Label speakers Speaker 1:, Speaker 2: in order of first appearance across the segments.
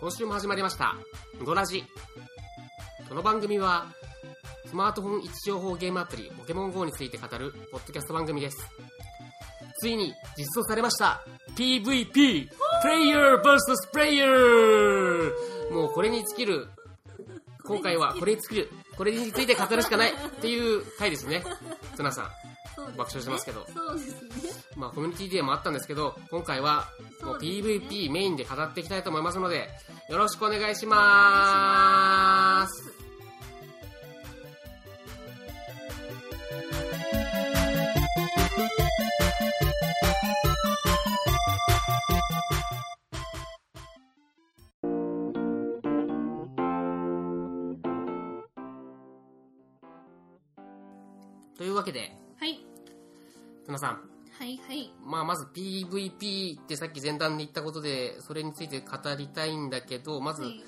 Speaker 1: 今週も始まりました「ドラジ」この番組はスマートフォン位置情報ゲームアプリ「ポケモン GO」について語るポッドキャスト番組ですついに実装されました PVP プレイヤー VS プレイヤーもうこれに尽きる今回はこれに尽きるこれについて語るしかないっていう回ですねツナさん
Speaker 2: そうですね
Speaker 1: 爆笑してますけど
Speaker 2: そうですね
Speaker 1: まあ、コミュニティでもあったんですけど、今回はもう
Speaker 2: そうですね
Speaker 1: PVP メインで語っていきたいと思いますので、よろしくお願いします。というわけで、
Speaker 2: はい
Speaker 1: つなさん、
Speaker 2: はいはい
Speaker 1: まあ、まず PVP ってさっき前段で言ったことでそれについて語りたいんだけどまず
Speaker 2: はい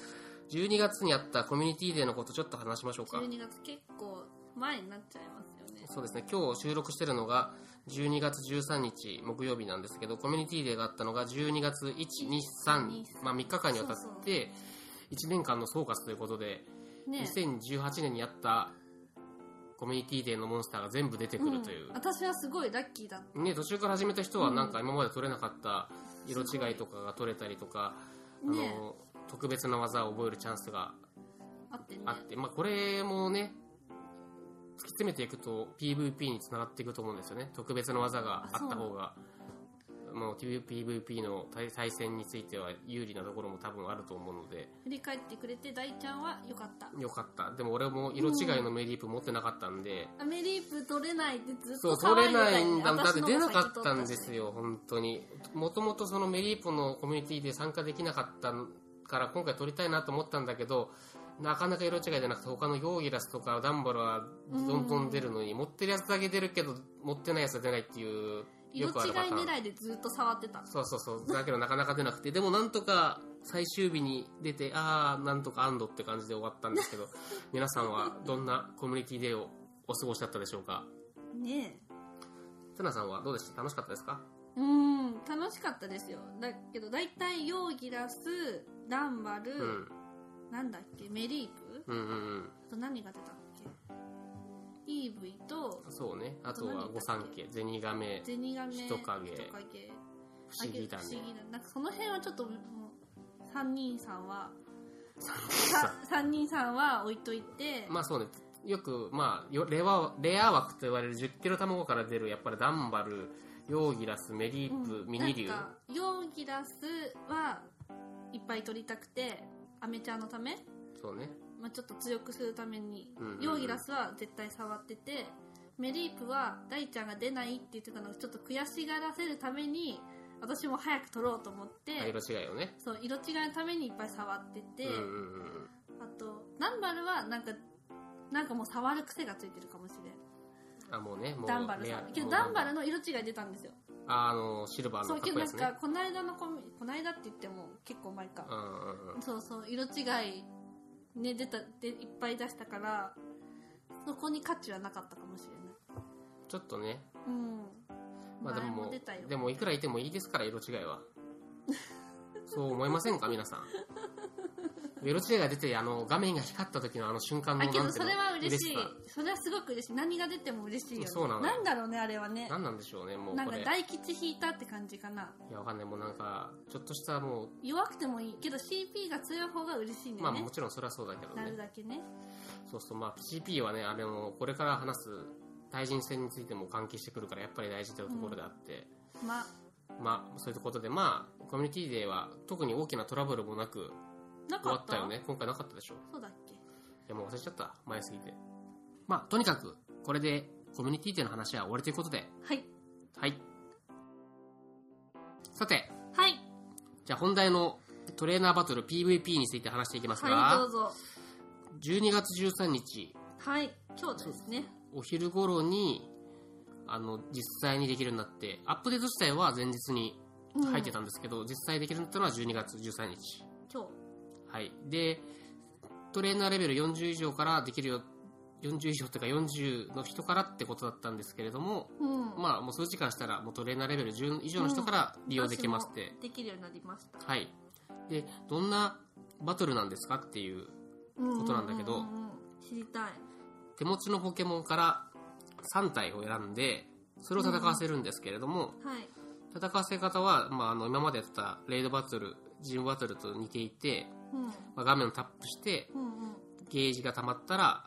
Speaker 1: 12月にあったコミュニティデーのことちょっと話しましょうか
Speaker 2: 12月結構前になっちゃいますよね
Speaker 1: そうですね今日収録してるのが12月13日木曜日なんですけどコミュニティデーがあったのが12月123、まあ、3日間にわたって1年間の総括ということで
Speaker 2: ね
Speaker 1: 2018年にあったコミュニティデーのモンスターが全部出てくるという
Speaker 2: うん、私はすごいラッキーだった
Speaker 1: ね、途中から始めた人はなんか今まで取れなかった色違いとかが取れたりとか、
Speaker 2: うん
Speaker 1: あ
Speaker 2: ね
Speaker 1: の特別な技を覚えるチャンスが
Speaker 2: あってね
Speaker 1: あって、まあ、これもね突き詰めていくと PVP につながっていくと思うんですよね特別な技があった方がもう PVP の対対戦については有利なところも多分あると思うので
Speaker 2: 振り返ってくれて大ちゃんは良かった
Speaker 1: よかったでも俺も色違いのメリープ持ってなかったんで、
Speaker 2: アメリープ取れないってずっ
Speaker 1: そう
Speaker 2: と
Speaker 1: 取れ
Speaker 2: 騒いでた
Speaker 1: な
Speaker 2: よ
Speaker 1: いん
Speaker 2: ね
Speaker 1: だもんだっ
Speaker 2: 私
Speaker 1: て
Speaker 2: の
Speaker 1: 出
Speaker 2: 方
Speaker 1: な
Speaker 2: が
Speaker 1: か
Speaker 2: 先
Speaker 1: っ
Speaker 2: 取
Speaker 1: た
Speaker 2: た
Speaker 1: ん
Speaker 2: し
Speaker 1: ですよ本当にもともとそのメリーポのコミュニティで参加できなかったから今回取りたいなと思ったんだけどなかなか色違いじゃなくて他のヨーギラスとかダンボラはどんどん出るのに持ってるやつだけ出るけど持ってないやつは出ないっていう
Speaker 2: 色違
Speaker 1: よくあるパ
Speaker 2: い
Speaker 1: ターン
Speaker 2: 狙いでずっと触ってた
Speaker 1: そうそうそうだけどなかなか出なくてでもなんとか最終日に出てああなんとか安堵って感じで終わったんですけ ど皆さんはどんなコミュニティデーをお過ごしだったでしょうか
Speaker 2: ね
Speaker 1: ツナさんはどうでした楽しかったですか
Speaker 2: えうん楽しかったですよだけど大体ヨーギラスダンバル、
Speaker 1: うん
Speaker 2: なんだっけメリープ
Speaker 1: うんうんうん
Speaker 2: あと何が出たっけイーブイと
Speaker 1: そうねあ
Speaker 2: あ
Speaker 1: と
Speaker 2: と何
Speaker 1: は
Speaker 2: だっけ
Speaker 1: 御三家ゼニガメ
Speaker 2: ゼニガメ
Speaker 1: 人影
Speaker 2: 人
Speaker 1: 不思議だね
Speaker 2: 不思議だなんかその辺はちょっともう三人さんは
Speaker 1: さ
Speaker 2: さ三人さんは置いといて、
Speaker 1: まあそうねよくまあよレアレア枠と言われる1 0キロ卵から出るやっぱりダンバルヨーギラスメリープ、
Speaker 2: うん
Speaker 1: ミニリュ
Speaker 2: なん
Speaker 1: ウ
Speaker 2: かヨーギラスはいっぱい取りたくてアメちゃんのため、
Speaker 1: そうね
Speaker 2: まあ、ちょっと強くするために、
Speaker 1: うんうんうん
Speaker 2: ヨーギラスは絶対触っててメリープは大ちゃんが出ないって言ってたのをちょっと悔しがらせるために私も早く取ろうと思って、
Speaker 1: あ色違いをね
Speaker 2: そう色違いのためにいっぱい触ってて、
Speaker 1: うんうんうん
Speaker 2: あとダンバルはなんかなんかもう触る癖がついてるかもしれん
Speaker 1: あもうねもう
Speaker 2: ダンバルさんけどダンバルの色違い出たんですよ
Speaker 1: ああのシルバー
Speaker 2: そ
Speaker 1: の
Speaker 2: う
Speaker 1: か
Speaker 2: け
Speaker 1: っ
Speaker 2: ど
Speaker 1: こいい
Speaker 2: な
Speaker 1: やつ
Speaker 2: ん
Speaker 1: ね
Speaker 2: かこの間のコミこの間って言っても結構前か
Speaker 1: う、んうんうん
Speaker 2: そうそう色違いね出たでいっぱい出したからそこに価値はなかったかもしれない
Speaker 1: ちょっとね
Speaker 2: うん、
Speaker 1: まあで
Speaker 2: 前
Speaker 1: も
Speaker 2: も出たよ
Speaker 1: でもいくらいてもいいですから色違いは そう思いませんか皆さん色違いが出てあの画面が光った時のあの瞬間の
Speaker 2: あけ
Speaker 1: な
Speaker 2: ど
Speaker 1: んて
Speaker 2: そ
Speaker 1: いうの
Speaker 2: れは嬉しい
Speaker 1: さ
Speaker 2: それはすごく嬉しい何が出ても嬉しいよね
Speaker 1: そうなの
Speaker 2: なんだろうねあれはね
Speaker 1: 何なんでしょうねもう
Speaker 2: なん
Speaker 1: こ
Speaker 2: か
Speaker 1: れ
Speaker 2: 大吉引いたって感じかない
Speaker 1: やわかんないもうなんかちょっとしたもう、
Speaker 2: 弱くてもいいけど CP が強い方が嬉しいんだ
Speaker 1: ま
Speaker 2: よ
Speaker 1: あ
Speaker 2: ね、
Speaker 1: もちろんそれはそうだけど
Speaker 2: なる
Speaker 1: ね
Speaker 2: だけね
Speaker 1: そうそうまあ CP はねあれもこれから話す対人戦についても関係してくるからやっぱり大事というところであって、
Speaker 2: まあ
Speaker 1: まあそういうことでまあコミュニティデーは特に大きなトラブルもなく
Speaker 2: な
Speaker 1: 終
Speaker 2: か
Speaker 1: わ
Speaker 2: っ
Speaker 1: ったたよね今回なかったでしょ
Speaker 2: そうだっけ
Speaker 1: いやもう忘れちゃった前すぎてまあとにかくこれでコミュニティでの話は終わりということで
Speaker 2: はい
Speaker 1: はいさて
Speaker 2: はい
Speaker 1: じゃあ本題のトレーナーバトル PVP について話していきますが、
Speaker 2: はいどうぞ
Speaker 1: 12月13日
Speaker 2: はい今日ですね
Speaker 1: お昼頃にあの実際にできるようになってアップデート自体は前日に入ってたんですけど、実際できるようになったのは12月13日
Speaker 2: 今日
Speaker 1: はい、でトレーナーレベル40以上からできるよ40以上というか40の人からってことだったんですけれども、
Speaker 2: うん
Speaker 1: まあ、もう数時間したらもうトレーナーレベル10以上の人から利用できますって
Speaker 2: 私も、できるようになりました
Speaker 1: はいでどんなバトルなんですかっていう
Speaker 2: こと
Speaker 1: なんだけど
Speaker 2: 知りたい
Speaker 1: 手持ちのポケモンから3体を選んでそれを戦わせるんですけれども、
Speaker 2: はい
Speaker 1: 戦わせ方は、まあ、あの今までやってたレイドバトルジムバトルと似ていて、
Speaker 2: うん
Speaker 1: まあ、画面をタップして
Speaker 2: うんうん
Speaker 1: ゲージが溜まったら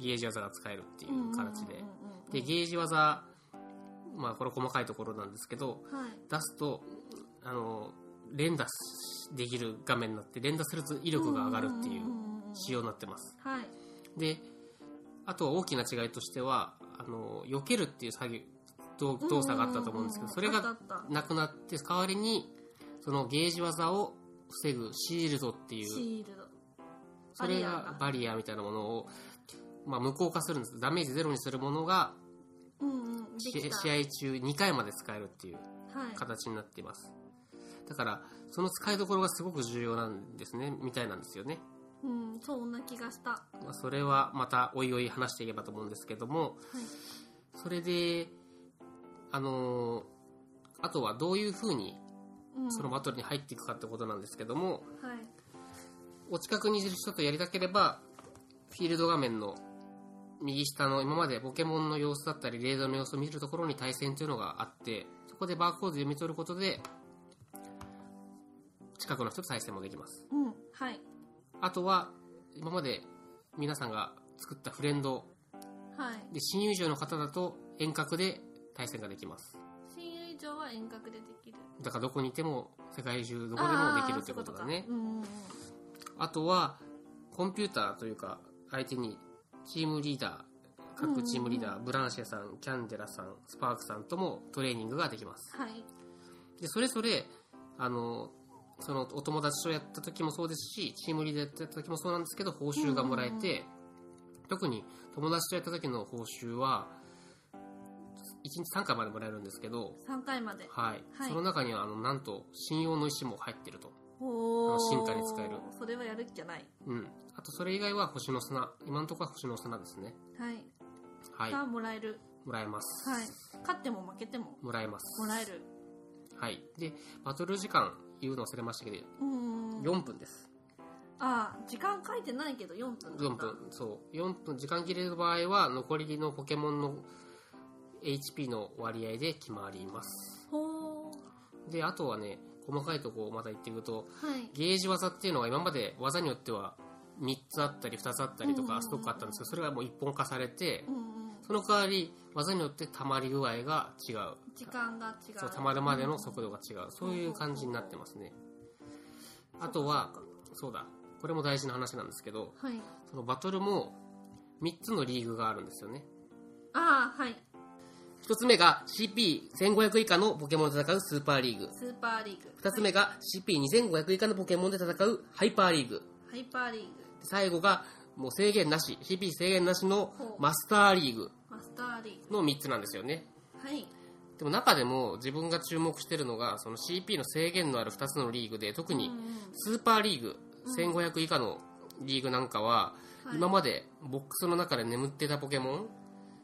Speaker 1: ゲージ技が使えるってい
Speaker 2: うんうん
Speaker 1: う形で、
Speaker 2: うん
Speaker 1: でゲージ技まあこれ細かいところなんですけど
Speaker 2: はい
Speaker 1: 出すとあの連打しできる画面になって連打すると威力が上がるっていうん
Speaker 2: んんん
Speaker 1: 仕様になってます
Speaker 2: はい
Speaker 1: であとは大きな違いとしてはあの避けるっていう作業動動作があったと思うんですけどそれ
Speaker 2: あったあ
Speaker 1: が
Speaker 2: った
Speaker 1: なくなって代わりにそのゲージ技を防ぐシールドっていう
Speaker 2: シールド
Speaker 1: それ
Speaker 2: バリア
Speaker 1: が
Speaker 2: が
Speaker 1: バリアみたいなものを、まあ、無効化するんですダメージゼロにするものが
Speaker 2: うんうんで
Speaker 1: し
Speaker 2: きた
Speaker 1: 試合中2回まで使えるっていう
Speaker 2: はい
Speaker 1: 形になっていますだからその使いどころがすごく重要なんですねみたいなんですよね、
Speaker 2: うんそんな気がしたは
Speaker 1: まあ、それはまたおいおい話していけばと思うんですけども
Speaker 2: い
Speaker 1: それであのーあとはどういう風に
Speaker 2: うん
Speaker 1: そのバトルに入っていくかってことなんですけども、
Speaker 2: はい
Speaker 1: お近くにいる人とやりたければ、フィールド画面の右下の今までポケモンの様子だったり、レードの様子を見るところに対戦というのがあって、そこでバーコードで読み取ることで、近くの人と対戦もできます。
Speaker 2: うんはい
Speaker 1: あとは、今まで皆さんが作ったフレンド
Speaker 2: はい
Speaker 1: で、新友情の方だと遠隔で対戦ができます。
Speaker 2: 親友以上は遠隔でできる
Speaker 1: だからどこにいても、世界中ど
Speaker 2: ど
Speaker 1: こでもできるってことだね。
Speaker 2: うんうんうん
Speaker 1: あとは、コンピューターというか、相手にチームリーダー、各チームリーダー、ブランシェさん、キャンデラさん、スパークさんともトレーニングができます。
Speaker 2: はい
Speaker 1: で、それぞれ、あの、そのお友達とやった時もそうですし、チームリーダーやった時もそうなんですけど、報酬がもらえて、特に友達とやった時の報酬は、1日3回までもらえるんですけど、
Speaker 2: 三回まで
Speaker 1: はい。
Speaker 2: はい
Speaker 1: その中には、あの、なんと、信用の石も入ってると。
Speaker 2: おお
Speaker 1: 進化に使える
Speaker 2: それはやるっきゃない
Speaker 1: うん。あと、それ以外は星の砂。今のところは星の砂ですね。
Speaker 2: はい
Speaker 1: はい。
Speaker 2: がもらえる
Speaker 1: もらえます。
Speaker 2: はい勝っても負けても
Speaker 1: もらえます。
Speaker 2: もらえる
Speaker 1: はい。で、バトル時間言うの忘れましたけど、
Speaker 2: うん
Speaker 1: 4分です。
Speaker 2: ああ時間書いてないけど4分
Speaker 1: 4分。そう。4分、時間切れの場合は、残りのポケモンの HP の割合で決まります。
Speaker 2: ほう
Speaker 1: で、あとはね、細かいとこをまた言っていくと、
Speaker 2: はい
Speaker 1: ゲージ技っていうのが今まで技によっては3つあったり2つあったりと
Speaker 2: うんうんう
Speaker 1: か
Speaker 2: ん
Speaker 1: ストックあったんですけど、それがもう一本化されて
Speaker 2: う、んうん
Speaker 1: その代わり技によって溜まり具合が違う。
Speaker 2: 時間が違う
Speaker 1: そう溜まるまでの速度が違うそういう感じになってますねあとはそうだこれも大事な話なんですけど
Speaker 2: はい
Speaker 1: そのバトルも3つのリーグがあるんですよね
Speaker 2: ああはい
Speaker 1: 1つ目が CP1500 以下のポケモンで戦うスーパーリーグ
Speaker 2: スーパーリーグ
Speaker 1: 2つ目が CP2500 以下のポケモンで戦うハイパーリーグ
Speaker 2: ハイパーリーグ
Speaker 1: 最後がもう制限なし CP 制限なしのマスターリーグ
Speaker 2: マスターリー
Speaker 1: の3つなんですよね
Speaker 2: グはい
Speaker 1: でも中でも自分が注目してるのがその CP の制限のある2つのリーグで特に
Speaker 2: うんうん
Speaker 1: スーパーリーグ1500以下のリーグなんかは、
Speaker 2: はい
Speaker 1: 今までボックスの中で眠ってたポケモン、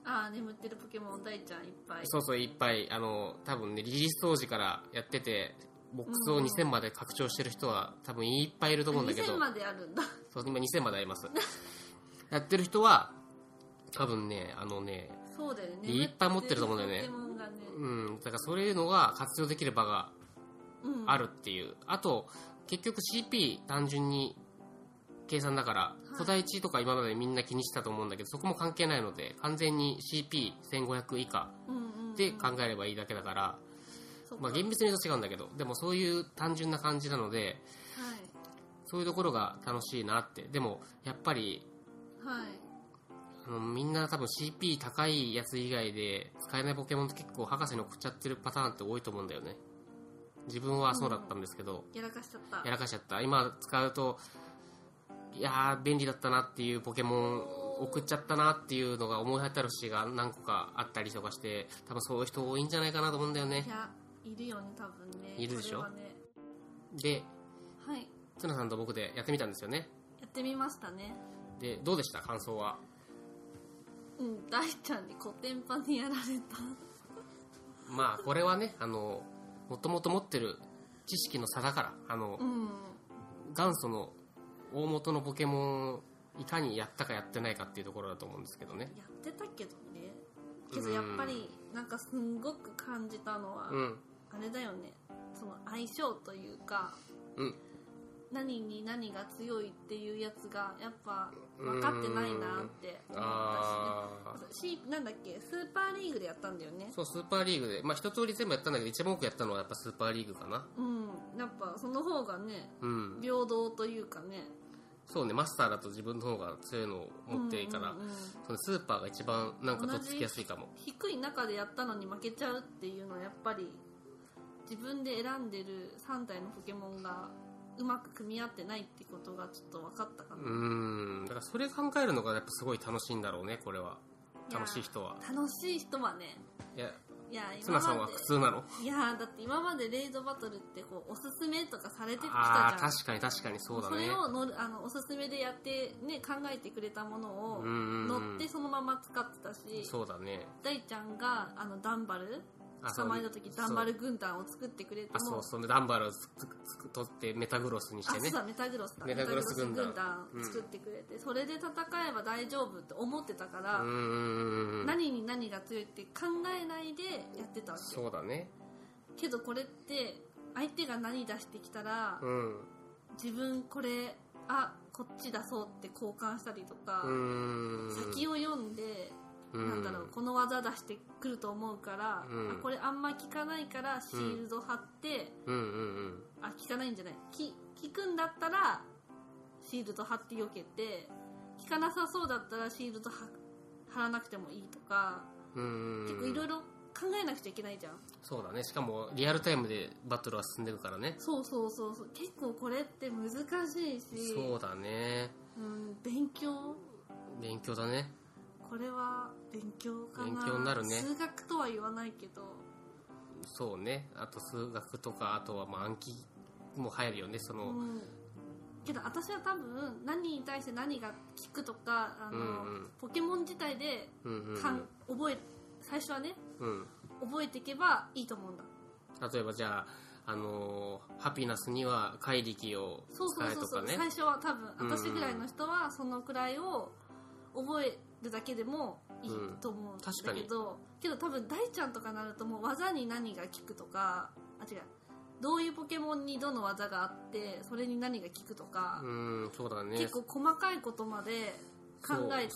Speaker 2: ああ眠ってるポケモン大ちゃんいっぱい
Speaker 1: そうそういっぱいあの多分ねリリース当時からやっててボックスを2000まで拡張してる人は多分いっぱいいると思うんだけど
Speaker 2: 2000まであるんだ
Speaker 1: そう今2000までありますやってる人は多分ねあのね
Speaker 2: そうだよね
Speaker 1: いっぱい持ってると思うんだよね
Speaker 2: ポケモンがね
Speaker 1: うんだからそういうのが活用できる場が
Speaker 2: うん
Speaker 1: あるっていう、あと結局 CP 単純に計算だから
Speaker 2: い
Speaker 1: 古代値とか今までみんな気にしてたと思うんだけどそこも関係ないので完全に CP1500 以下
Speaker 2: うんうんうん
Speaker 1: で考えればいいだけだから、
Speaker 2: そっか
Speaker 1: まあ、厳密に言うと違うんだけどでもそういう単純な感じなのでそういうところが楽しいなってでもやっぱり
Speaker 2: はいはい
Speaker 1: あのみんな多分 CP 高いやつ以外で使えないポケモンって結構博士に送っちゃってるパターンって多いと思うんだよね自分はそうだったんですけど、
Speaker 2: やらかしちゃった
Speaker 1: やらかしちゃった今使うといやー便利だったなっていうポケモン送っちゃったなっていうのが思い当たる節が何個かあったりとかして多分そういう人多いんじゃないかなと思うんだよね
Speaker 2: いやいるよね多分ね
Speaker 1: いるでしょ
Speaker 2: これはね
Speaker 1: で
Speaker 2: はい
Speaker 1: ツナさんと僕でやってみたんですよね
Speaker 2: やってみましたね
Speaker 1: でどうでした感想は
Speaker 2: うん大ちゃんにコテンパンにやられた
Speaker 1: まあこれはねあのもともと持ってる知識の差だからあの
Speaker 2: うん
Speaker 1: 元祖の大元のポケモンをいかにやったかやってないかっていうところだと思うんですけどね
Speaker 2: やってたけどねけどやっぱりなんかすんごく感じたのは、
Speaker 1: うん
Speaker 2: あれだよねその相性というか
Speaker 1: うん
Speaker 2: 何に何が強いっていうやつがやっぱ分かってないなって思った
Speaker 1: ああ
Speaker 2: しねしなんだっけスーパーリーグでやったんだよね
Speaker 1: そうスーパーリーグでまあ一通り全部やったんだけど一番多くやったのはやっぱスーパーリーグかな
Speaker 2: うんやっぱその方がね
Speaker 1: うん
Speaker 2: 平等というかね
Speaker 1: そうねマスターだと自分の方が強いのを持っていいから、
Speaker 2: うんうんうん
Speaker 1: そのスーパーが一番なんかとっつきやすいかも
Speaker 2: 低い中でやったのに負けちゃうっていうのはやっぱり自分で選んでる3体のポケモンがうまく組み合ってないってことがちょっと分かったかな、
Speaker 1: うーんだからそれ考えるのがやっぱすごい楽しいんだろうねこれはい
Speaker 2: や
Speaker 1: 楽しい人は
Speaker 2: 楽しい人はね
Speaker 1: いや
Speaker 2: いや
Speaker 1: ツ
Speaker 2: 今
Speaker 1: ナさん
Speaker 2: ま
Speaker 1: は
Speaker 2: で
Speaker 1: 苦痛なの
Speaker 2: いやーだって今までレイドバトルってこうおすすめとかされてきたじゃん
Speaker 1: ああ確かに確かにそうだね
Speaker 2: れをのあのおすすめでやって、ね、考えてくれたものを
Speaker 1: うんうんうん
Speaker 2: 乗ってそのまま使ってたし
Speaker 1: そうだね
Speaker 2: 大ちゃんがあのダンバル
Speaker 1: あそう
Speaker 2: 捕まえた時ダンバル軍団を作ってくれて
Speaker 1: あ
Speaker 2: も
Speaker 1: そうそのダンバルをつつつつ取ってメタグロスにして
Speaker 2: あ
Speaker 1: ね
Speaker 2: そうだメタグロスだ
Speaker 1: メタグロス軍団
Speaker 2: メタグロス軍団作ってくれて、それで戦えば大丈夫って思ってたから、
Speaker 1: うんうんうんうん
Speaker 2: 何に何が強いって考えないでやってたわけ
Speaker 1: そうだね
Speaker 2: けどこれって相手が何出してきたら、
Speaker 1: うん
Speaker 2: 自分これあこっち出そうって交換したりとか、
Speaker 1: うーん
Speaker 2: 先を読ん
Speaker 1: う
Speaker 2: で、
Speaker 1: ん
Speaker 2: なんだろうこの技出してくると思うから、
Speaker 1: うん
Speaker 2: あこれあんま効かないからシールド貼って、
Speaker 1: うんうんうん
Speaker 2: あ効かないんじゃないき効くんだったらシールド貼って避けて効かなさそうだったらシールド貼貼らなくてもいいとか、
Speaker 1: うん
Speaker 2: 結構いろいろ考えなくちゃいけないじゃん
Speaker 1: そうだねしかもリアルタイムでバトルは進んでいくからね
Speaker 2: そうそうそうそう結構これって難しいし
Speaker 1: そうだね
Speaker 2: うん、勉強
Speaker 1: 勉強だね
Speaker 2: これは勉強かな
Speaker 1: 勉強になるね
Speaker 2: 数学とは言わないけど
Speaker 1: そうねあと数学とかあとはまあ暗記も入るよねその、
Speaker 2: うんけど私は多分何に対して何が聞くとかあの、
Speaker 1: うんうん
Speaker 2: ポケモン自体で
Speaker 1: うんうん
Speaker 2: かん覚え最初はね
Speaker 1: うん、うん、
Speaker 2: 覚えていけばいいと思うんだ
Speaker 1: 例えばじゃあ、あのーハピナスには怪力を
Speaker 2: そうそ
Speaker 1: 使え
Speaker 2: うそう
Speaker 1: と
Speaker 2: そ
Speaker 1: か
Speaker 2: う、
Speaker 1: ね
Speaker 2: 最初は多
Speaker 1: うん
Speaker 2: 分
Speaker 1: うん
Speaker 2: 私ぐらいの人はそのくらいを覚えるだけでもいいと思う
Speaker 1: う
Speaker 2: んだ
Speaker 1: ん確かに
Speaker 2: けど、けど多分大ちゃんとかになるともう技に何が効くとかあ違うどういうポケモンにどの技があってそれに何が効くとか、
Speaker 1: うんそうだね
Speaker 2: 結構細かいことまで考えて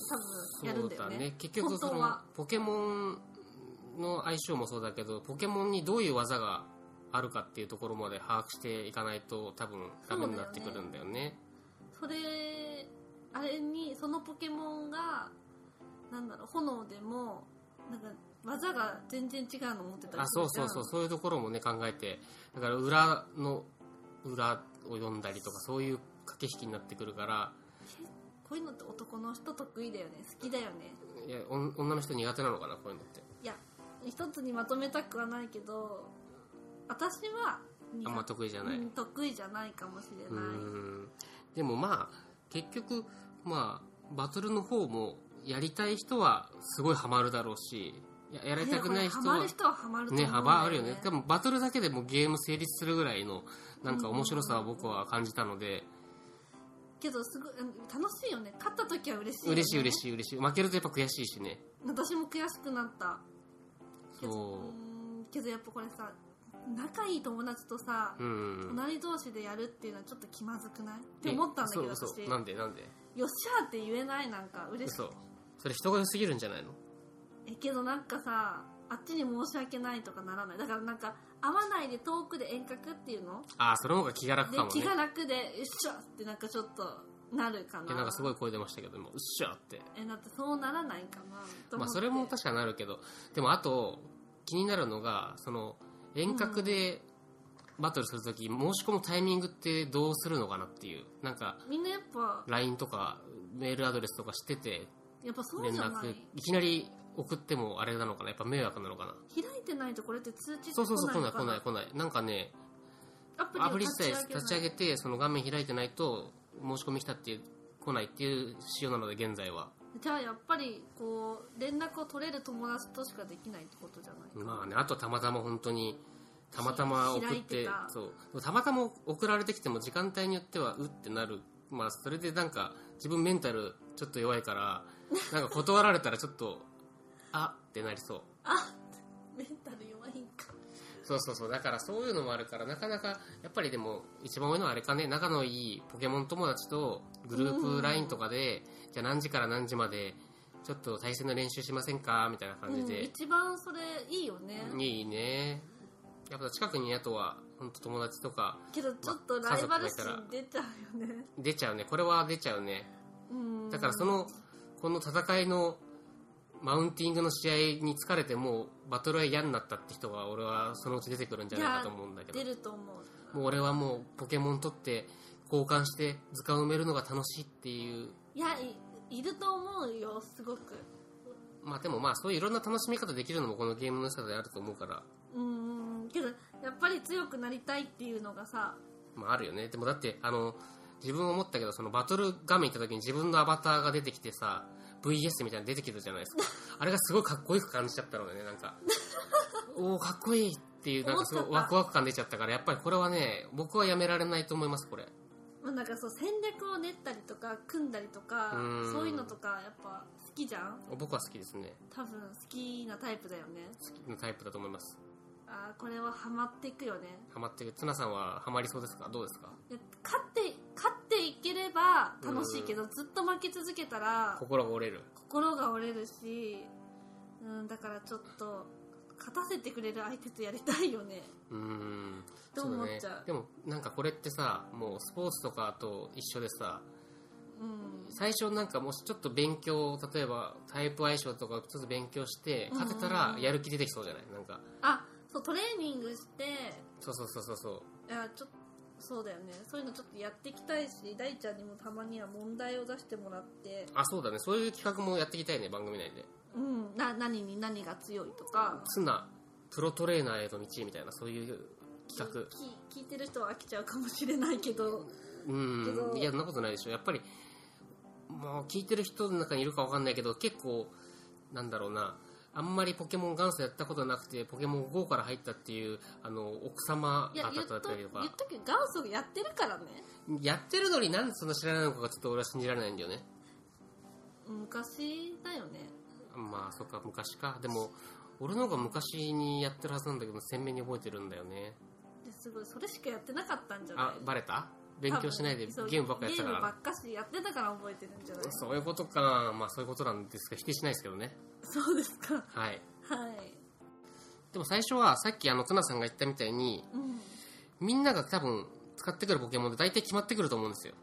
Speaker 2: 多分やるんだよ
Speaker 1: そう
Speaker 2: ね
Speaker 1: だね結局そ
Speaker 2: 本当
Speaker 1: の
Speaker 2: は
Speaker 1: ポケモンの相性もそうだけどポケモンにどういう技があるかっていうところまで把握していかないと多分ダメになってくるんだよね
Speaker 2: それあれにそのポケモンがなんだろう炎でもなんか技が全然違うの持ってたりするじゃん
Speaker 1: あそうそうそうそういうところもね考えてだから裏の裏を読んだりとかそういう駆け引きになってくるから
Speaker 2: こういうのって男の人得意だよね好きだよね
Speaker 1: いやおん女の人苦手なのかなこういうのって
Speaker 2: いや一つにまとめたくはないけど私は苦手
Speaker 1: あんま得意じゃない
Speaker 2: うん得意じゃないかもしれ
Speaker 1: う
Speaker 2: ない
Speaker 1: んでもまあ結局まあバトルの方もやりたい人はすごいハマるだろうしややりたくない人
Speaker 2: いやこれハマ
Speaker 1: は
Speaker 2: る人はハマると思
Speaker 1: ね
Speaker 2: うんだよ
Speaker 1: 幅あるよねでもバトルだけでもゲーム成立するぐらいのなんか面白さは僕は感じたので
Speaker 2: けどすごいうん楽しいよね勝った時は嬉しい、
Speaker 1: 嬉しい嬉
Speaker 2: い
Speaker 1: しい嬉しい負けるとやっぱ悔しいしね
Speaker 2: 私も悔しくなったけど
Speaker 1: そう
Speaker 2: うんけどやっぱこれさ仲いい友達とさ、
Speaker 1: うん
Speaker 2: 隣同士でやるっていうのはちょっと気まずくないって思ったんだけど
Speaker 1: え嘘
Speaker 2: 私
Speaker 1: 嘘なんでなんで
Speaker 2: よっしゃーって言えないなんか嬉しくて
Speaker 1: 嘘それ人が良すぎるんじゃないの
Speaker 2: えけどなんかさあっちに申し訳ないとかならないだからなんか会わないで遠くで遠隔っていうの
Speaker 1: ああその方が気が楽
Speaker 2: で
Speaker 1: かもね
Speaker 2: 気が楽で「よっしゃ!」ってなんかちょっとなるか
Speaker 1: え
Speaker 2: な
Speaker 1: なんかすごい声出ましたけどもうっしゃーって
Speaker 2: えだってそうならないかなと思って
Speaker 1: まあそれも確かになるけどでもあと気になるのがその遠隔でバトルするとき、申し込むタイミングってどうするのかなっていうなんか
Speaker 2: みんなやっぱ
Speaker 1: LINE とかメールアドレスとかしてて
Speaker 2: やっぱそう
Speaker 1: 連
Speaker 2: じゃ
Speaker 1: 絡
Speaker 2: ない
Speaker 1: いきなり送ってもあれなのかなやっぱ迷惑なのかな
Speaker 2: 開いてないとこれって通知って
Speaker 1: そうそうそう来
Speaker 2: の
Speaker 1: ない
Speaker 2: か
Speaker 1: 来ない来ないなんかね
Speaker 2: ア
Speaker 1: ア
Speaker 2: プ
Speaker 1: プリ
Speaker 2: リを
Speaker 1: 自体
Speaker 2: 立ち上げない
Speaker 1: 立ち上げてその画面開いてないと申し込みしたっていう来ないっていう仕様なので現在は
Speaker 2: じゃあやっぱりこう連絡を取れる友達としかできないってことじゃないか、
Speaker 1: まあね、あとたまたま本当に、たまたま送っ
Speaker 2: 開い
Speaker 1: て
Speaker 2: てた、
Speaker 1: そう、たまたま送られてきても時間帯によっては、うってなる。まあ、それでなんか、自分メンタルちょっと弱い から、なんか断られたらちょっと、あってなりそう。
Speaker 2: メンタル弱いんか
Speaker 1: そうそうそう、だからそういうのもあるから、なかなか、やっぱりでも、一番多いのはあれかね、仲のいいポケモン友達と、グループ LINE とかで、じゃあ何時から何時まで、ちょっと対戦の練習しませんかみたいな感じ
Speaker 2: うん、
Speaker 1: で、
Speaker 2: 一番それいいよね、
Speaker 1: いいね。やっぱ近くにあとは、本当友達とか、
Speaker 2: けどちょっとライバル心出ちゃうよね、
Speaker 1: 出ちゃうね。これは出ちゃうね。
Speaker 2: うん、
Speaker 1: だからその、この戦いの、マウンティングの試合に疲れてもうバトルは嫌になったって人が俺はそのうち出てくるんじゃないかと思うんだけど
Speaker 2: 出ると思う
Speaker 1: もう俺はもうポケモン取って交換して図鑑埋めるのが楽しいっていう
Speaker 2: いやいいると思うよすごく
Speaker 1: まあでもまあそういういろんな楽しみ方できるのもこのゲームの良さであると思うから
Speaker 2: うんけどやっぱり強くなりたいっていうのがさ
Speaker 1: まああるよねでもだってあの自分思ったけどそのバトル画面行った時に自分のアバターが出てきてさ VS みたいなの出てきたじゃないで すかあれがすごいかっこよく感じちゃったのでねなんかおおかっこいいっていうなんかすごい
Speaker 2: 思っちゃ
Speaker 1: ワ
Speaker 2: った
Speaker 1: クワク感出ちゃったからやっぱりこれはね僕はやめられないと思いますこれ
Speaker 2: まあなんかそう戦略を練ったりとか組んだりとか
Speaker 1: うん
Speaker 2: そういうのとかやっぱ好きじゃん
Speaker 1: 僕は好きですね
Speaker 2: 多分好きなタイプだよね
Speaker 1: 好きなタイプだと思います
Speaker 2: あーこれはハマっていくよね
Speaker 1: ハマってるツナさんはハマりそうですかどうですか
Speaker 2: いや勝って勝っていければ楽しいけどずっと負け続けたら
Speaker 1: 心が折れる
Speaker 2: 心が折れるしうんだからちょっと勝たせてくれる相手とやりたいよね
Speaker 1: うーん
Speaker 2: と
Speaker 1: そうだ
Speaker 2: 思っちゃう
Speaker 1: でもなんかこれってさもうスポーツとかと一緒でさ
Speaker 2: うん
Speaker 1: 最初なんかもしちょっと勉強を例えばタイプ相性とかちょっと勉強して勝てた
Speaker 2: うんうん
Speaker 1: ら
Speaker 2: うん
Speaker 1: やる気出てきそうじゃないなんか
Speaker 2: あそうトレーニングして
Speaker 1: そうそうそうそうそう
Speaker 2: いやちょっとそうだよねそういうのちょっとやっていきたいし大ちゃんにもたまには問題を出してもらって
Speaker 1: あそうだねそういう企画もやっていきたいね番組内で
Speaker 2: うんな何に何が強いとか
Speaker 1: ツナプロトレーナーへの道みたいなそういう企画
Speaker 2: き聞いてる人は飽きちゃうかもしれないけどけど
Speaker 1: うんいやそんなことないでしょやっぱりもう聞いてる人の中にいるかわかんないけど結構なんだろうなあんまりポケモン元祖やったことなくてポケモン GO から入ったっていうあの奥様
Speaker 2: いや
Speaker 1: 方
Speaker 2: 言っ
Speaker 1: だ
Speaker 2: と
Speaker 1: ったりと
Speaker 2: 言っ
Speaker 1: か
Speaker 2: とくけど元祖やってるからね
Speaker 1: やってるのになんでそんな知らないのかがちょっと俺は信じられないんだよね
Speaker 2: 昔だよね
Speaker 1: まあそっか昔かでも俺の方が昔にやってるはずなんだけど鮮明に覚えてるんだよね
Speaker 2: ですごいそれしかやってなかったんじゃない
Speaker 1: あバレた勉強しないで
Speaker 2: 多分そう
Speaker 1: ゲームばっかやってたか
Speaker 2: ゲームば
Speaker 1: ら
Speaker 2: っかしやってたから覚えてるんじゃない
Speaker 1: そういうことかまあそういうことなんですが否定しないですけどね
Speaker 2: そうですかは
Speaker 1: はい
Speaker 2: い
Speaker 1: でも最初はさっきあのツナさんが言ったみたいに
Speaker 2: うん
Speaker 1: みんなが多分使ってくるポケモンで大体決まってくると思うんですよ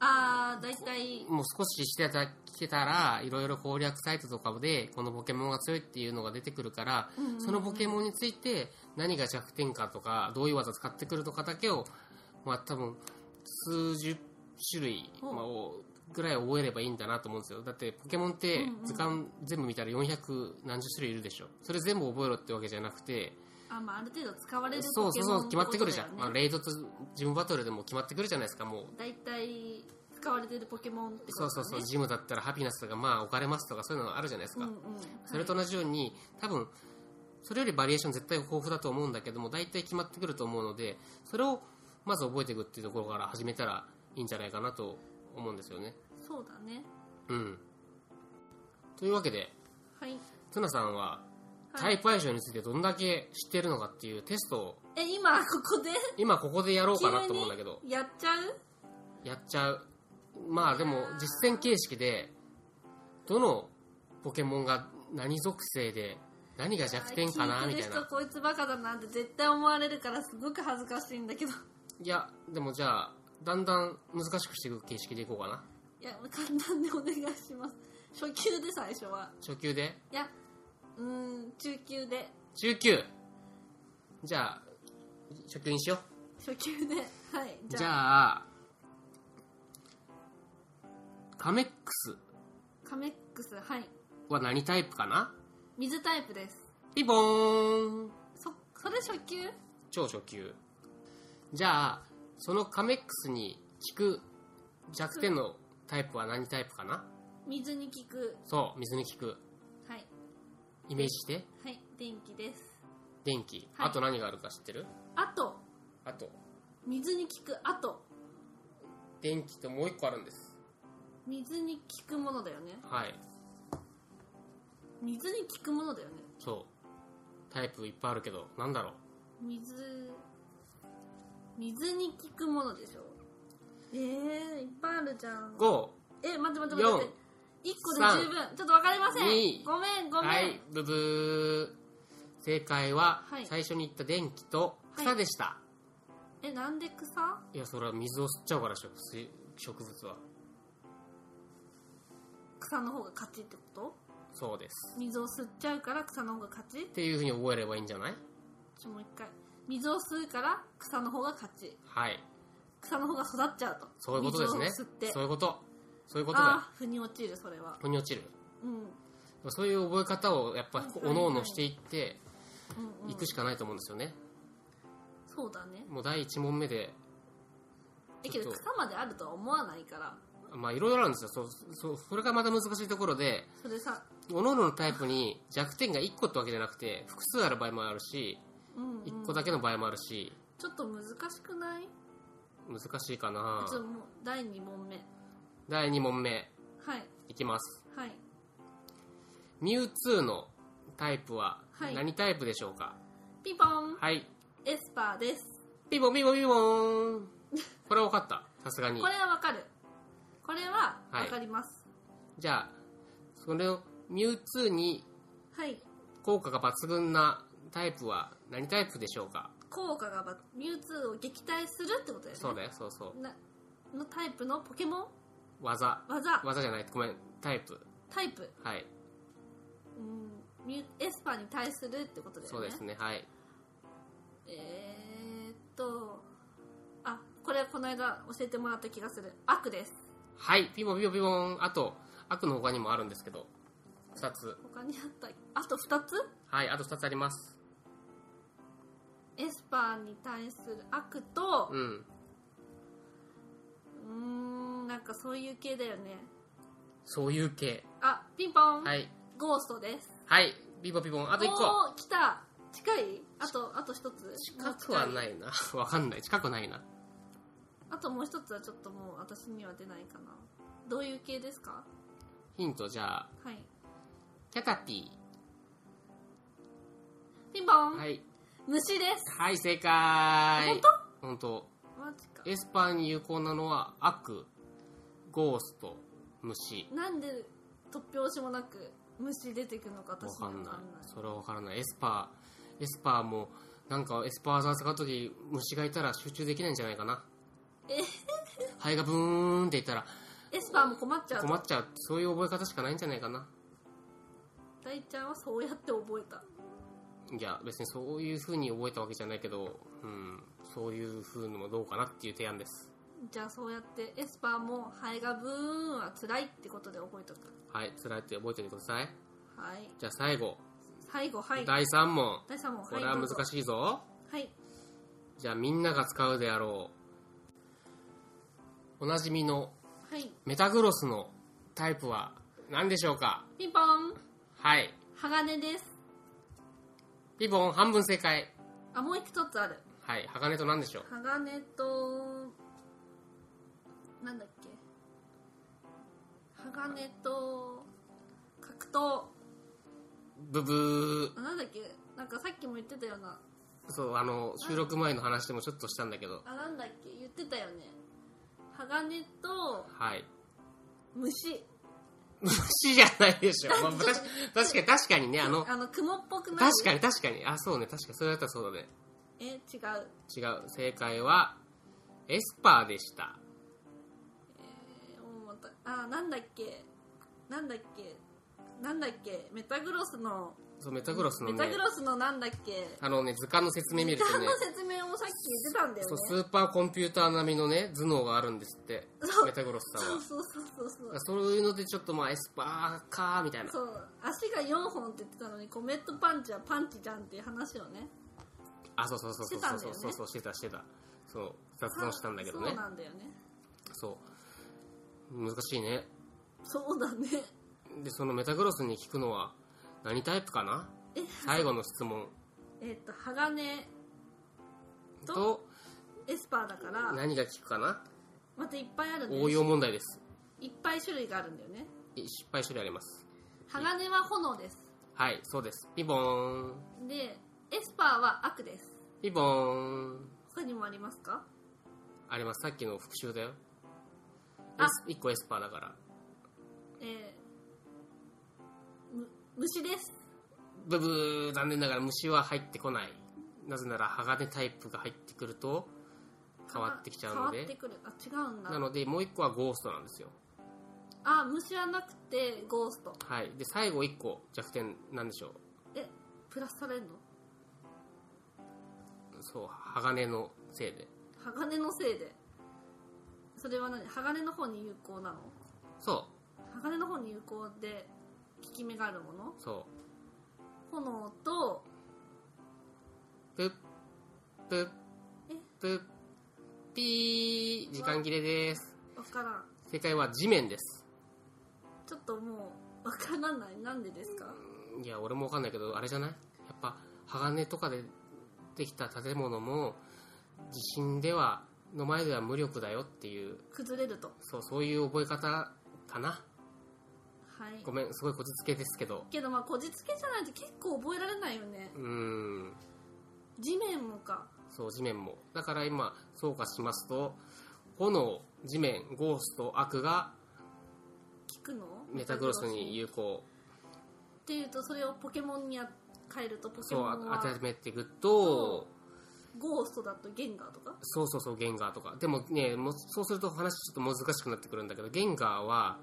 Speaker 2: ああ大体
Speaker 1: もう少ししてた来てたらいろいろ攻略サイトとかでこのポケモンが強いっていうのが出てくるから、
Speaker 2: うんうんうん
Speaker 1: そのポケモンについて何が弱点かとかどういう技使ってくるとかだけをまあ多分数十種類、
Speaker 2: うん
Speaker 1: まあをぐらい覚えればいいんだなと思うんですよだってポケモンって
Speaker 2: うんうん
Speaker 1: 図鑑全部見たら400何十種類いるでしょそれ全部覚えろってわけじゃなくて
Speaker 2: あ,、まあ、ある程度使われる
Speaker 1: そうそうそう決まってくるじゃん、まあ、
Speaker 2: あ、
Speaker 1: レイドとジムバトルでも決まってくるじゃないですかもう
Speaker 2: 大体使われてるポケモンってこと
Speaker 1: そ
Speaker 2: だ、
Speaker 1: う
Speaker 2: ね、
Speaker 1: そうそうジムだったらハピナスとかまあ置かれますとかそういうのあるじゃないですか、
Speaker 2: んうん、
Speaker 1: それと同じように多分それよりバリエーション絶対豊富だと思うんだけども大体決まってくると思うのでそれをまず覚えていくっていうところから始めたらいいんじゃないかなと思うんですよね
Speaker 2: そうだね
Speaker 1: うんというわけで
Speaker 2: はい、はい
Speaker 1: ツナさんはタイプ相性についてどんだけ知ってるのかっていうテストを
Speaker 2: え今ここで
Speaker 1: 今ここでやろうかなと思うんだけど
Speaker 2: 急にやっちゃう
Speaker 1: やっちゃうまあでも実践形式でどのポケモンが何属性で何が弱点かな
Speaker 2: 聞
Speaker 1: み
Speaker 2: いて
Speaker 1: たい
Speaker 2: る人
Speaker 1: な
Speaker 2: こいつバカだなって絶対思われるからすごく恥ずかしいんだけど
Speaker 1: いやでもじゃあだんだん難しくしていく形式でいこうかない
Speaker 2: や簡単でお願いします初級で最初は
Speaker 1: 初級で
Speaker 2: いやうーん中級で
Speaker 1: 中級じゃあ初級にしよ
Speaker 2: 初級ではい
Speaker 1: う
Speaker 2: じゃあ
Speaker 1: じゃあカメックス
Speaker 2: カメックスはい
Speaker 1: は何タイプかな
Speaker 2: 水タイプです
Speaker 1: ピボーン
Speaker 2: そそれ初級
Speaker 1: 超初級じゃあそのカメックスに効く弱点のタイプは何タイプかな
Speaker 2: 水に効く
Speaker 1: そう水に効く
Speaker 2: はい
Speaker 1: イメージして
Speaker 2: はい電気です
Speaker 1: 電気、
Speaker 2: はい
Speaker 1: あと何があるか知ってる
Speaker 2: あと
Speaker 1: あと
Speaker 2: 水に効くあと
Speaker 1: 電気ともう一個あるんです
Speaker 2: 水に効くものだよね
Speaker 1: はい
Speaker 2: 水に効くものだよね
Speaker 1: そうタイプいっぱいあるけどなんだろう
Speaker 2: 水水に効くものでしょえー、いっぱいあるじゃん
Speaker 1: 5
Speaker 2: え待って待って待って1個で十分ちょっと分かりません
Speaker 1: 二
Speaker 2: ごめんごめん、
Speaker 1: はいブブー正解は、
Speaker 2: はい
Speaker 1: 最初に言った電気と草でした、
Speaker 2: えなんで草
Speaker 1: い、やそれは水を吸っちゃうから植水植物は
Speaker 2: 草の方が勝ちってこと
Speaker 1: そうです
Speaker 2: 水を吸っちゃうから草の方が勝ち
Speaker 1: っていうふうに覚えればいいんじゃない
Speaker 2: ちょもう一回水を吸うから草の方が勝ち
Speaker 1: はい
Speaker 2: 草の方が育っちゃうと
Speaker 1: そういうことですね
Speaker 2: 水を吸って
Speaker 1: そういうことそういうことだよ
Speaker 2: ああー腑に落ちるそれは
Speaker 1: 腑に落ちる
Speaker 2: うんうん
Speaker 1: そういう覚え方をやっぱ
Speaker 2: はい
Speaker 1: おのおのしていって
Speaker 2: うん
Speaker 1: いくしかないと思うんですよね、
Speaker 2: そうだね
Speaker 1: もう第1問目で
Speaker 2: だけ
Speaker 1: ちょ
Speaker 2: ど
Speaker 1: っと
Speaker 2: 草まであるとは思わないから
Speaker 1: まあいろいろあるんですよそうそうそれがまた難しいところで
Speaker 2: それさ
Speaker 1: おのおののタイプに弱点が1個ってわけじゃなくて複数ある場合もあるし
Speaker 2: うん、うん、
Speaker 1: 1個だけの場合もあるし
Speaker 2: ちょっと難しくない
Speaker 1: 難しいかな
Speaker 2: ちょっともう第2問目
Speaker 1: 第2問目
Speaker 2: はい
Speaker 1: いきます
Speaker 2: はい
Speaker 1: ミュウツーのタイプは
Speaker 2: はい
Speaker 1: 何タイプでしょうか
Speaker 2: ピンポン
Speaker 1: はい
Speaker 2: エスパーです
Speaker 1: ピボンピボンピボーンこれは分かったさすがに
Speaker 2: これはわかるこれは
Speaker 1: はい
Speaker 2: わかります
Speaker 1: じゃあそれをミュウツーに
Speaker 2: はい、
Speaker 1: 効果が抜群なタイプは何タイプでしょうか
Speaker 2: 効果がばミュウツーを撃退するってことだよね
Speaker 1: そうだよそうそう
Speaker 2: なのタイプのポケモン
Speaker 1: 技
Speaker 2: 技
Speaker 1: 技じゃないごめんタイプ
Speaker 2: タイプ
Speaker 1: はい
Speaker 2: うんミュエスパーに対するってことだよ
Speaker 1: そ
Speaker 2: ね
Speaker 1: うですねはい
Speaker 2: えー、っとあこれこの間教えてもらった気がする悪です
Speaker 1: はいピボンピボンピボーンあと悪の他にもあるんですけど2つ
Speaker 2: 他にあったあと2つ
Speaker 1: はいあと2つあります
Speaker 2: エスパーに対する悪と
Speaker 1: うん
Speaker 2: うーんなんかそういう系だよね
Speaker 1: そういう系
Speaker 2: あピンポン、
Speaker 1: はい
Speaker 2: ゴーストです
Speaker 1: はいピボンピボンあと1個
Speaker 2: おー来た近いあとあと1つ
Speaker 1: 近くはいないな わかんない近くないな
Speaker 2: あともう1つはちょっともう私には出ないかなどういう系ですか
Speaker 1: ヒントじゃあ
Speaker 2: はい
Speaker 1: キャタピ
Speaker 2: ピンポン、
Speaker 1: ーはい
Speaker 2: 虫です
Speaker 1: はい正解
Speaker 2: 本当
Speaker 1: 本当
Speaker 2: マジか
Speaker 1: エスパーに有効なのは悪ゴースト虫
Speaker 2: なんで突拍子もなく虫出てくのか
Speaker 1: わ
Speaker 2: 私に
Speaker 1: か
Speaker 2: は
Speaker 1: んない
Speaker 2: わかんない
Speaker 1: それはわからないエスパーエスパーもなんかエスパー技使う時虫がいたら集中できないんじゃないかな
Speaker 2: え
Speaker 1: 肺がブーンっていったら
Speaker 2: エスパーも困っちゃう
Speaker 1: 困っちゃうそういう覚え方しかないんじゃないかな
Speaker 2: 大ちゃんはそうやって覚えた
Speaker 1: いや別にそういう風に覚えたわけじゃないけど、うん、そういう風のもどうかなっていう提案です
Speaker 2: じゃあそうやってエスパーもハエがブーンは辛いってことで覚えとく
Speaker 1: はい辛いって覚えておいてください
Speaker 2: はい
Speaker 1: じゃあ最後、
Speaker 2: 最後はい
Speaker 1: 第3問
Speaker 2: 第3問
Speaker 1: これは難
Speaker 2: い
Speaker 1: しいぞ、
Speaker 2: どうぞはい
Speaker 1: じゃあみんなが使うであろうおなじみの
Speaker 2: はい
Speaker 1: メタグロスのタイプは何でしょうか
Speaker 2: ピンポン
Speaker 1: はい
Speaker 2: 鋼です
Speaker 1: リボン半分正解
Speaker 2: あもう一つある
Speaker 1: はい鋼と何でしょう
Speaker 2: 鋼となんだっけ鋼と格闘
Speaker 1: ブブ
Speaker 2: あなんだっけなんかさっきも言ってたような
Speaker 1: ーそうあの収録前の話でもちょっとしたんだけど
Speaker 2: あなんだっけ言ってたよね鋼と
Speaker 1: はい
Speaker 2: 虫
Speaker 1: 虫じゃないでしょ、まあ、確か確かに確かにねあの
Speaker 2: あの雲っぽくない
Speaker 1: 確かに確かにあそうね確かにそれだったらそうだね
Speaker 2: え違う
Speaker 1: 違う正解はエスパーでした
Speaker 2: えーもうまたあなんだっけなんだっけなんだっけメタグロスの
Speaker 1: そうメタグロスの
Speaker 2: メ
Speaker 1: ね
Speaker 2: タグロスのなんだっけ
Speaker 1: あのね図鑑の説明見る
Speaker 2: 時
Speaker 1: と
Speaker 2: 間
Speaker 1: ね
Speaker 2: の説明もさっき言ってたんだよね
Speaker 1: そうスーパーコンピューター並みのね頭脳があるんですって
Speaker 2: そう
Speaker 1: メタグロスさんは
Speaker 2: そうそうそうそうそう
Speaker 1: そういうのでちょっとまあエスパーかーみたいな
Speaker 2: そう足が4本って言ってたのにコメットパンチはパンチじゃんっていう話をね
Speaker 1: あそうそうそうそう
Speaker 2: してたんだ
Speaker 1: そ
Speaker 2: よ
Speaker 1: う
Speaker 2: ね
Speaker 1: そうそうしてたしてたそう雑談したんだけど
Speaker 2: そ
Speaker 1: ね
Speaker 2: うなんだよね
Speaker 1: そう難しいね
Speaker 2: そうだね
Speaker 1: でそのメタグロスに聞くのは何タイプかな
Speaker 2: え
Speaker 1: 最後の質問
Speaker 2: えっと鋼と
Speaker 1: と
Speaker 2: エスパーだから
Speaker 1: 何が聞くかな
Speaker 2: またいっぱいあるんだよ
Speaker 1: 応用問題です
Speaker 2: いっぱい種類があるんだよね
Speaker 1: 失敗処理あります
Speaker 2: 鋼は炎です
Speaker 1: はいそうですピボーン
Speaker 2: でエスパーは悪です
Speaker 1: ピボーン
Speaker 2: 他にもありますか
Speaker 1: ありますさっきの復習だよ
Speaker 2: あ
Speaker 1: 1個エスパーだから
Speaker 2: えー、む虫です
Speaker 1: ブブー残念ながら虫は入ってこないなぜなら鋼タイプが入ってくると変わってきちゃうの
Speaker 2: 変わって
Speaker 1: で
Speaker 2: くるあ違うんだ
Speaker 1: なのでもう1個はゴーストなんですよ
Speaker 2: あ虫はなくてゴースト
Speaker 1: はいで最後1個弱点なんでしょう
Speaker 2: えプラスされるの
Speaker 1: そう鋼のせいで
Speaker 2: 鋼のせいでそれは何鋼の方に有効なの
Speaker 1: そ
Speaker 2: 鋼の方に有効で効き目があるもの
Speaker 1: うそ
Speaker 2: 炎と
Speaker 1: うプップッ
Speaker 2: え
Speaker 1: プッピー時間切れです
Speaker 2: わからん
Speaker 1: 正解は地面です
Speaker 2: ちょっともうわからないなんでですか
Speaker 1: いや俺もわかんないけどあれじゃないやっぱ鋼とかでできた建物も地震ではの前では無力だよっていう
Speaker 2: 崩れると
Speaker 1: そうそういう覚え方かな
Speaker 2: はい
Speaker 1: ごめんすごいこじつけですけど
Speaker 2: けどまあこじつけじゃないと結構覚えられないよね
Speaker 1: うーん
Speaker 2: 地面もか
Speaker 1: そう地面もだから今総括しますと炎地面ゴースト悪が
Speaker 2: 効くの
Speaker 1: メタグロスに有効
Speaker 2: っていうとそれをポケモンにや変えるとポケ
Speaker 1: そう
Speaker 2: モン
Speaker 1: あ
Speaker 2: は
Speaker 1: 当てはめていくと
Speaker 2: ゴーストだとゲンガーとか
Speaker 1: そうそうそうゲンガーとかでもねもうそうすると話ちょっと難しくなってくるんだけどゲンガーは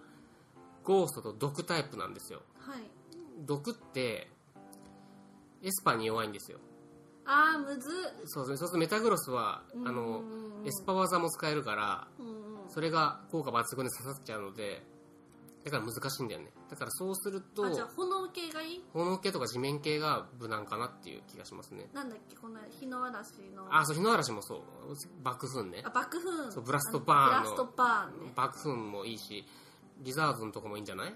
Speaker 1: ゴーストと毒タイプなんですよ
Speaker 2: はい
Speaker 1: 毒ってエスパーに弱いんですよ
Speaker 2: あーむずっ
Speaker 1: そうですねそうするとメタグロスはあのエスパー技も使えるから
Speaker 2: うんうん
Speaker 1: それが効果抜群で刺さっちゃうのでだから難しいんだよねだからそうすると
Speaker 2: あじゃあ炎系がいい
Speaker 1: 炎系とか地面系が無難かなっていう気がしますね
Speaker 2: なんだっけこの日の嵐の
Speaker 1: あそう火の嵐もそう爆風ね
Speaker 2: あ爆風
Speaker 1: そうブラストバーンの
Speaker 2: あブラストバーンね
Speaker 1: 爆風もいいしリザーブのとこもいいんじゃない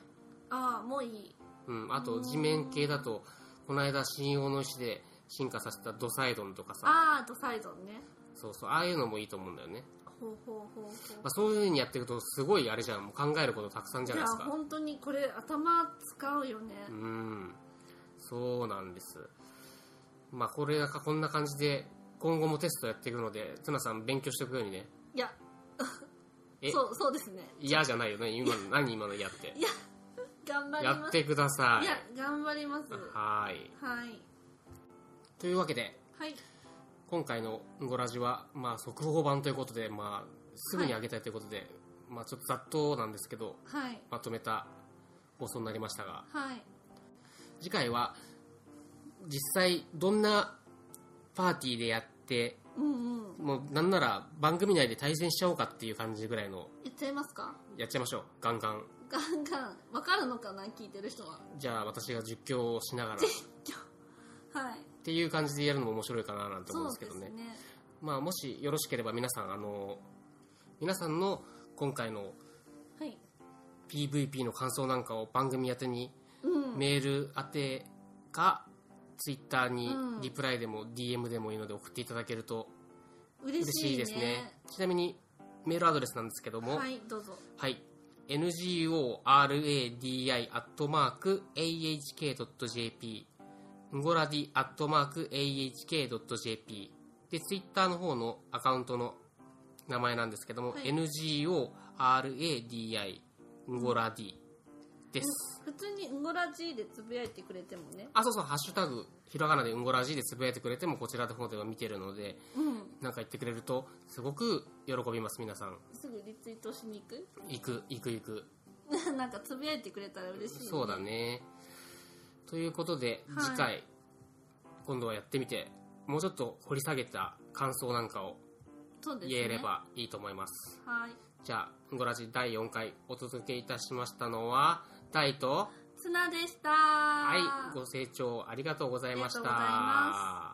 Speaker 2: ああもういい
Speaker 1: うんあと地面系だとこの間信用の石で進化させたドサイドンとかさ
Speaker 2: あーとサイゾンね
Speaker 1: そうそうああいうのもいいと思うんだよね、
Speaker 2: ほうほうほうほう
Speaker 1: まあ、そういう風にやっていくとすごいあれじゃんもう考えることたくさんじゃ
Speaker 2: い
Speaker 1: ない
Speaker 2: や
Speaker 1: ですか
Speaker 2: 本当にこれ頭使うよね、
Speaker 1: うんそうなんですまあこれがこんな感じで今後もテストやっていくのでツナさん勉強していくようにね
Speaker 2: いや
Speaker 1: え
Speaker 2: そうそうですね
Speaker 1: 嫌じゃないよね今の何今の嫌って
Speaker 2: いや頑張り
Speaker 1: や
Speaker 2: ま
Speaker 1: っ
Speaker 2: す
Speaker 1: てくださ
Speaker 2: い
Speaker 1: い
Speaker 2: や頑張ります
Speaker 1: はーい
Speaker 2: はい
Speaker 1: というわけで
Speaker 2: はい
Speaker 1: 今回の「ゴラジは」まあ、速報版ということで、まあ、すぐに上げたいということで、まあ、ちょっとざっとなんですけど
Speaker 2: はい
Speaker 1: まとめた放送になりましたが
Speaker 2: はい
Speaker 1: 次回は実際どんなパーティーでやって
Speaker 2: うんうん
Speaker 1: もうなんなら番組内で対戦しちゃおうかっていう感じぐらいの
Speaker 2: 言っちゃいますか
Speaker 1: やっちゃいましょうガンガン
Speaker 2: ガンガンわかるのかな聞いてる人は
Speaker 1: じゃあ私が実況をし ながらっ
Speaker 2: 実況はい
Speaker 1: ていう感じでやるのも面白いかななんて思うん
Speaker 2: そ
Speaker 1: で
Speaker 2: う
Speaker 1: すけど
Speaker 2: です
Speaker 1: ね
Speaker 2: ね
Speaker 1: まあもしよろしければ皆さんあの皆さんの今回の
Speaker 2: はい
Speaker 1: PVP の感想なんかを番組宛てに
Speaker 2: うん
Speaker 1: メール宛てか、ツイッターに
Speaker 2: うん
Speaker 1: リプライでも DM でもいいので送っていただけると
Speaker 2: 嬉
Speaker 1: 嬉し
Speaker 2: し
Speaker 1: い
Speaker 2: い
Speaker 1: ですね
Speaker 2: ね
Speaker 1: ちなみにメールアドレスなんですけども
Speaker 2: は
Speaker 1: はい、
Speaker 2: いどうぞ
Speaker 1: ngoradi.ahk.jp んごらデ .ahk.jp でツイッターの方のアカウントの名前なんですけども、
Speaker 2: はい
Speaker 1: ngoradi んごらデです、
Speaker 2: 普通に「んごらじ」でつぶやいてくれてもね
Speaker 1: あ、そうそう、ハッシュタグ、ひらがなでうんごらじでつぶやいてくれても、こちらの方では見てるので、
Speaker 2: うん
Speaker 1: なんか言ってくれると、すごく喜びます、皆さん。
Speaker 2: すぐリツイートしに行く
Speaker 1: 行く、行く、行く。
Speaker 2: なんかつぶやいてくれたら嬉しいね
Speaker 1: そうだね。ということで、
Speaker 2: はい
Speaker 1: 次回、今度はやってみて、もうちょっと掘り下げた感想なんかを
Speaker 2: そうですね
Speaker 1: 言えればいいと思います。
Speaker 2: はい
Speaker 1: じゃあ、うんごらじ第4回お届けいたしましたのは、大と、
Speaker 2: ツナでした
Speaker 1: は、
Speaker 2: はい
Speaker 1: ご清聴ありがとうございました。
Speaker 2: ありがとうございま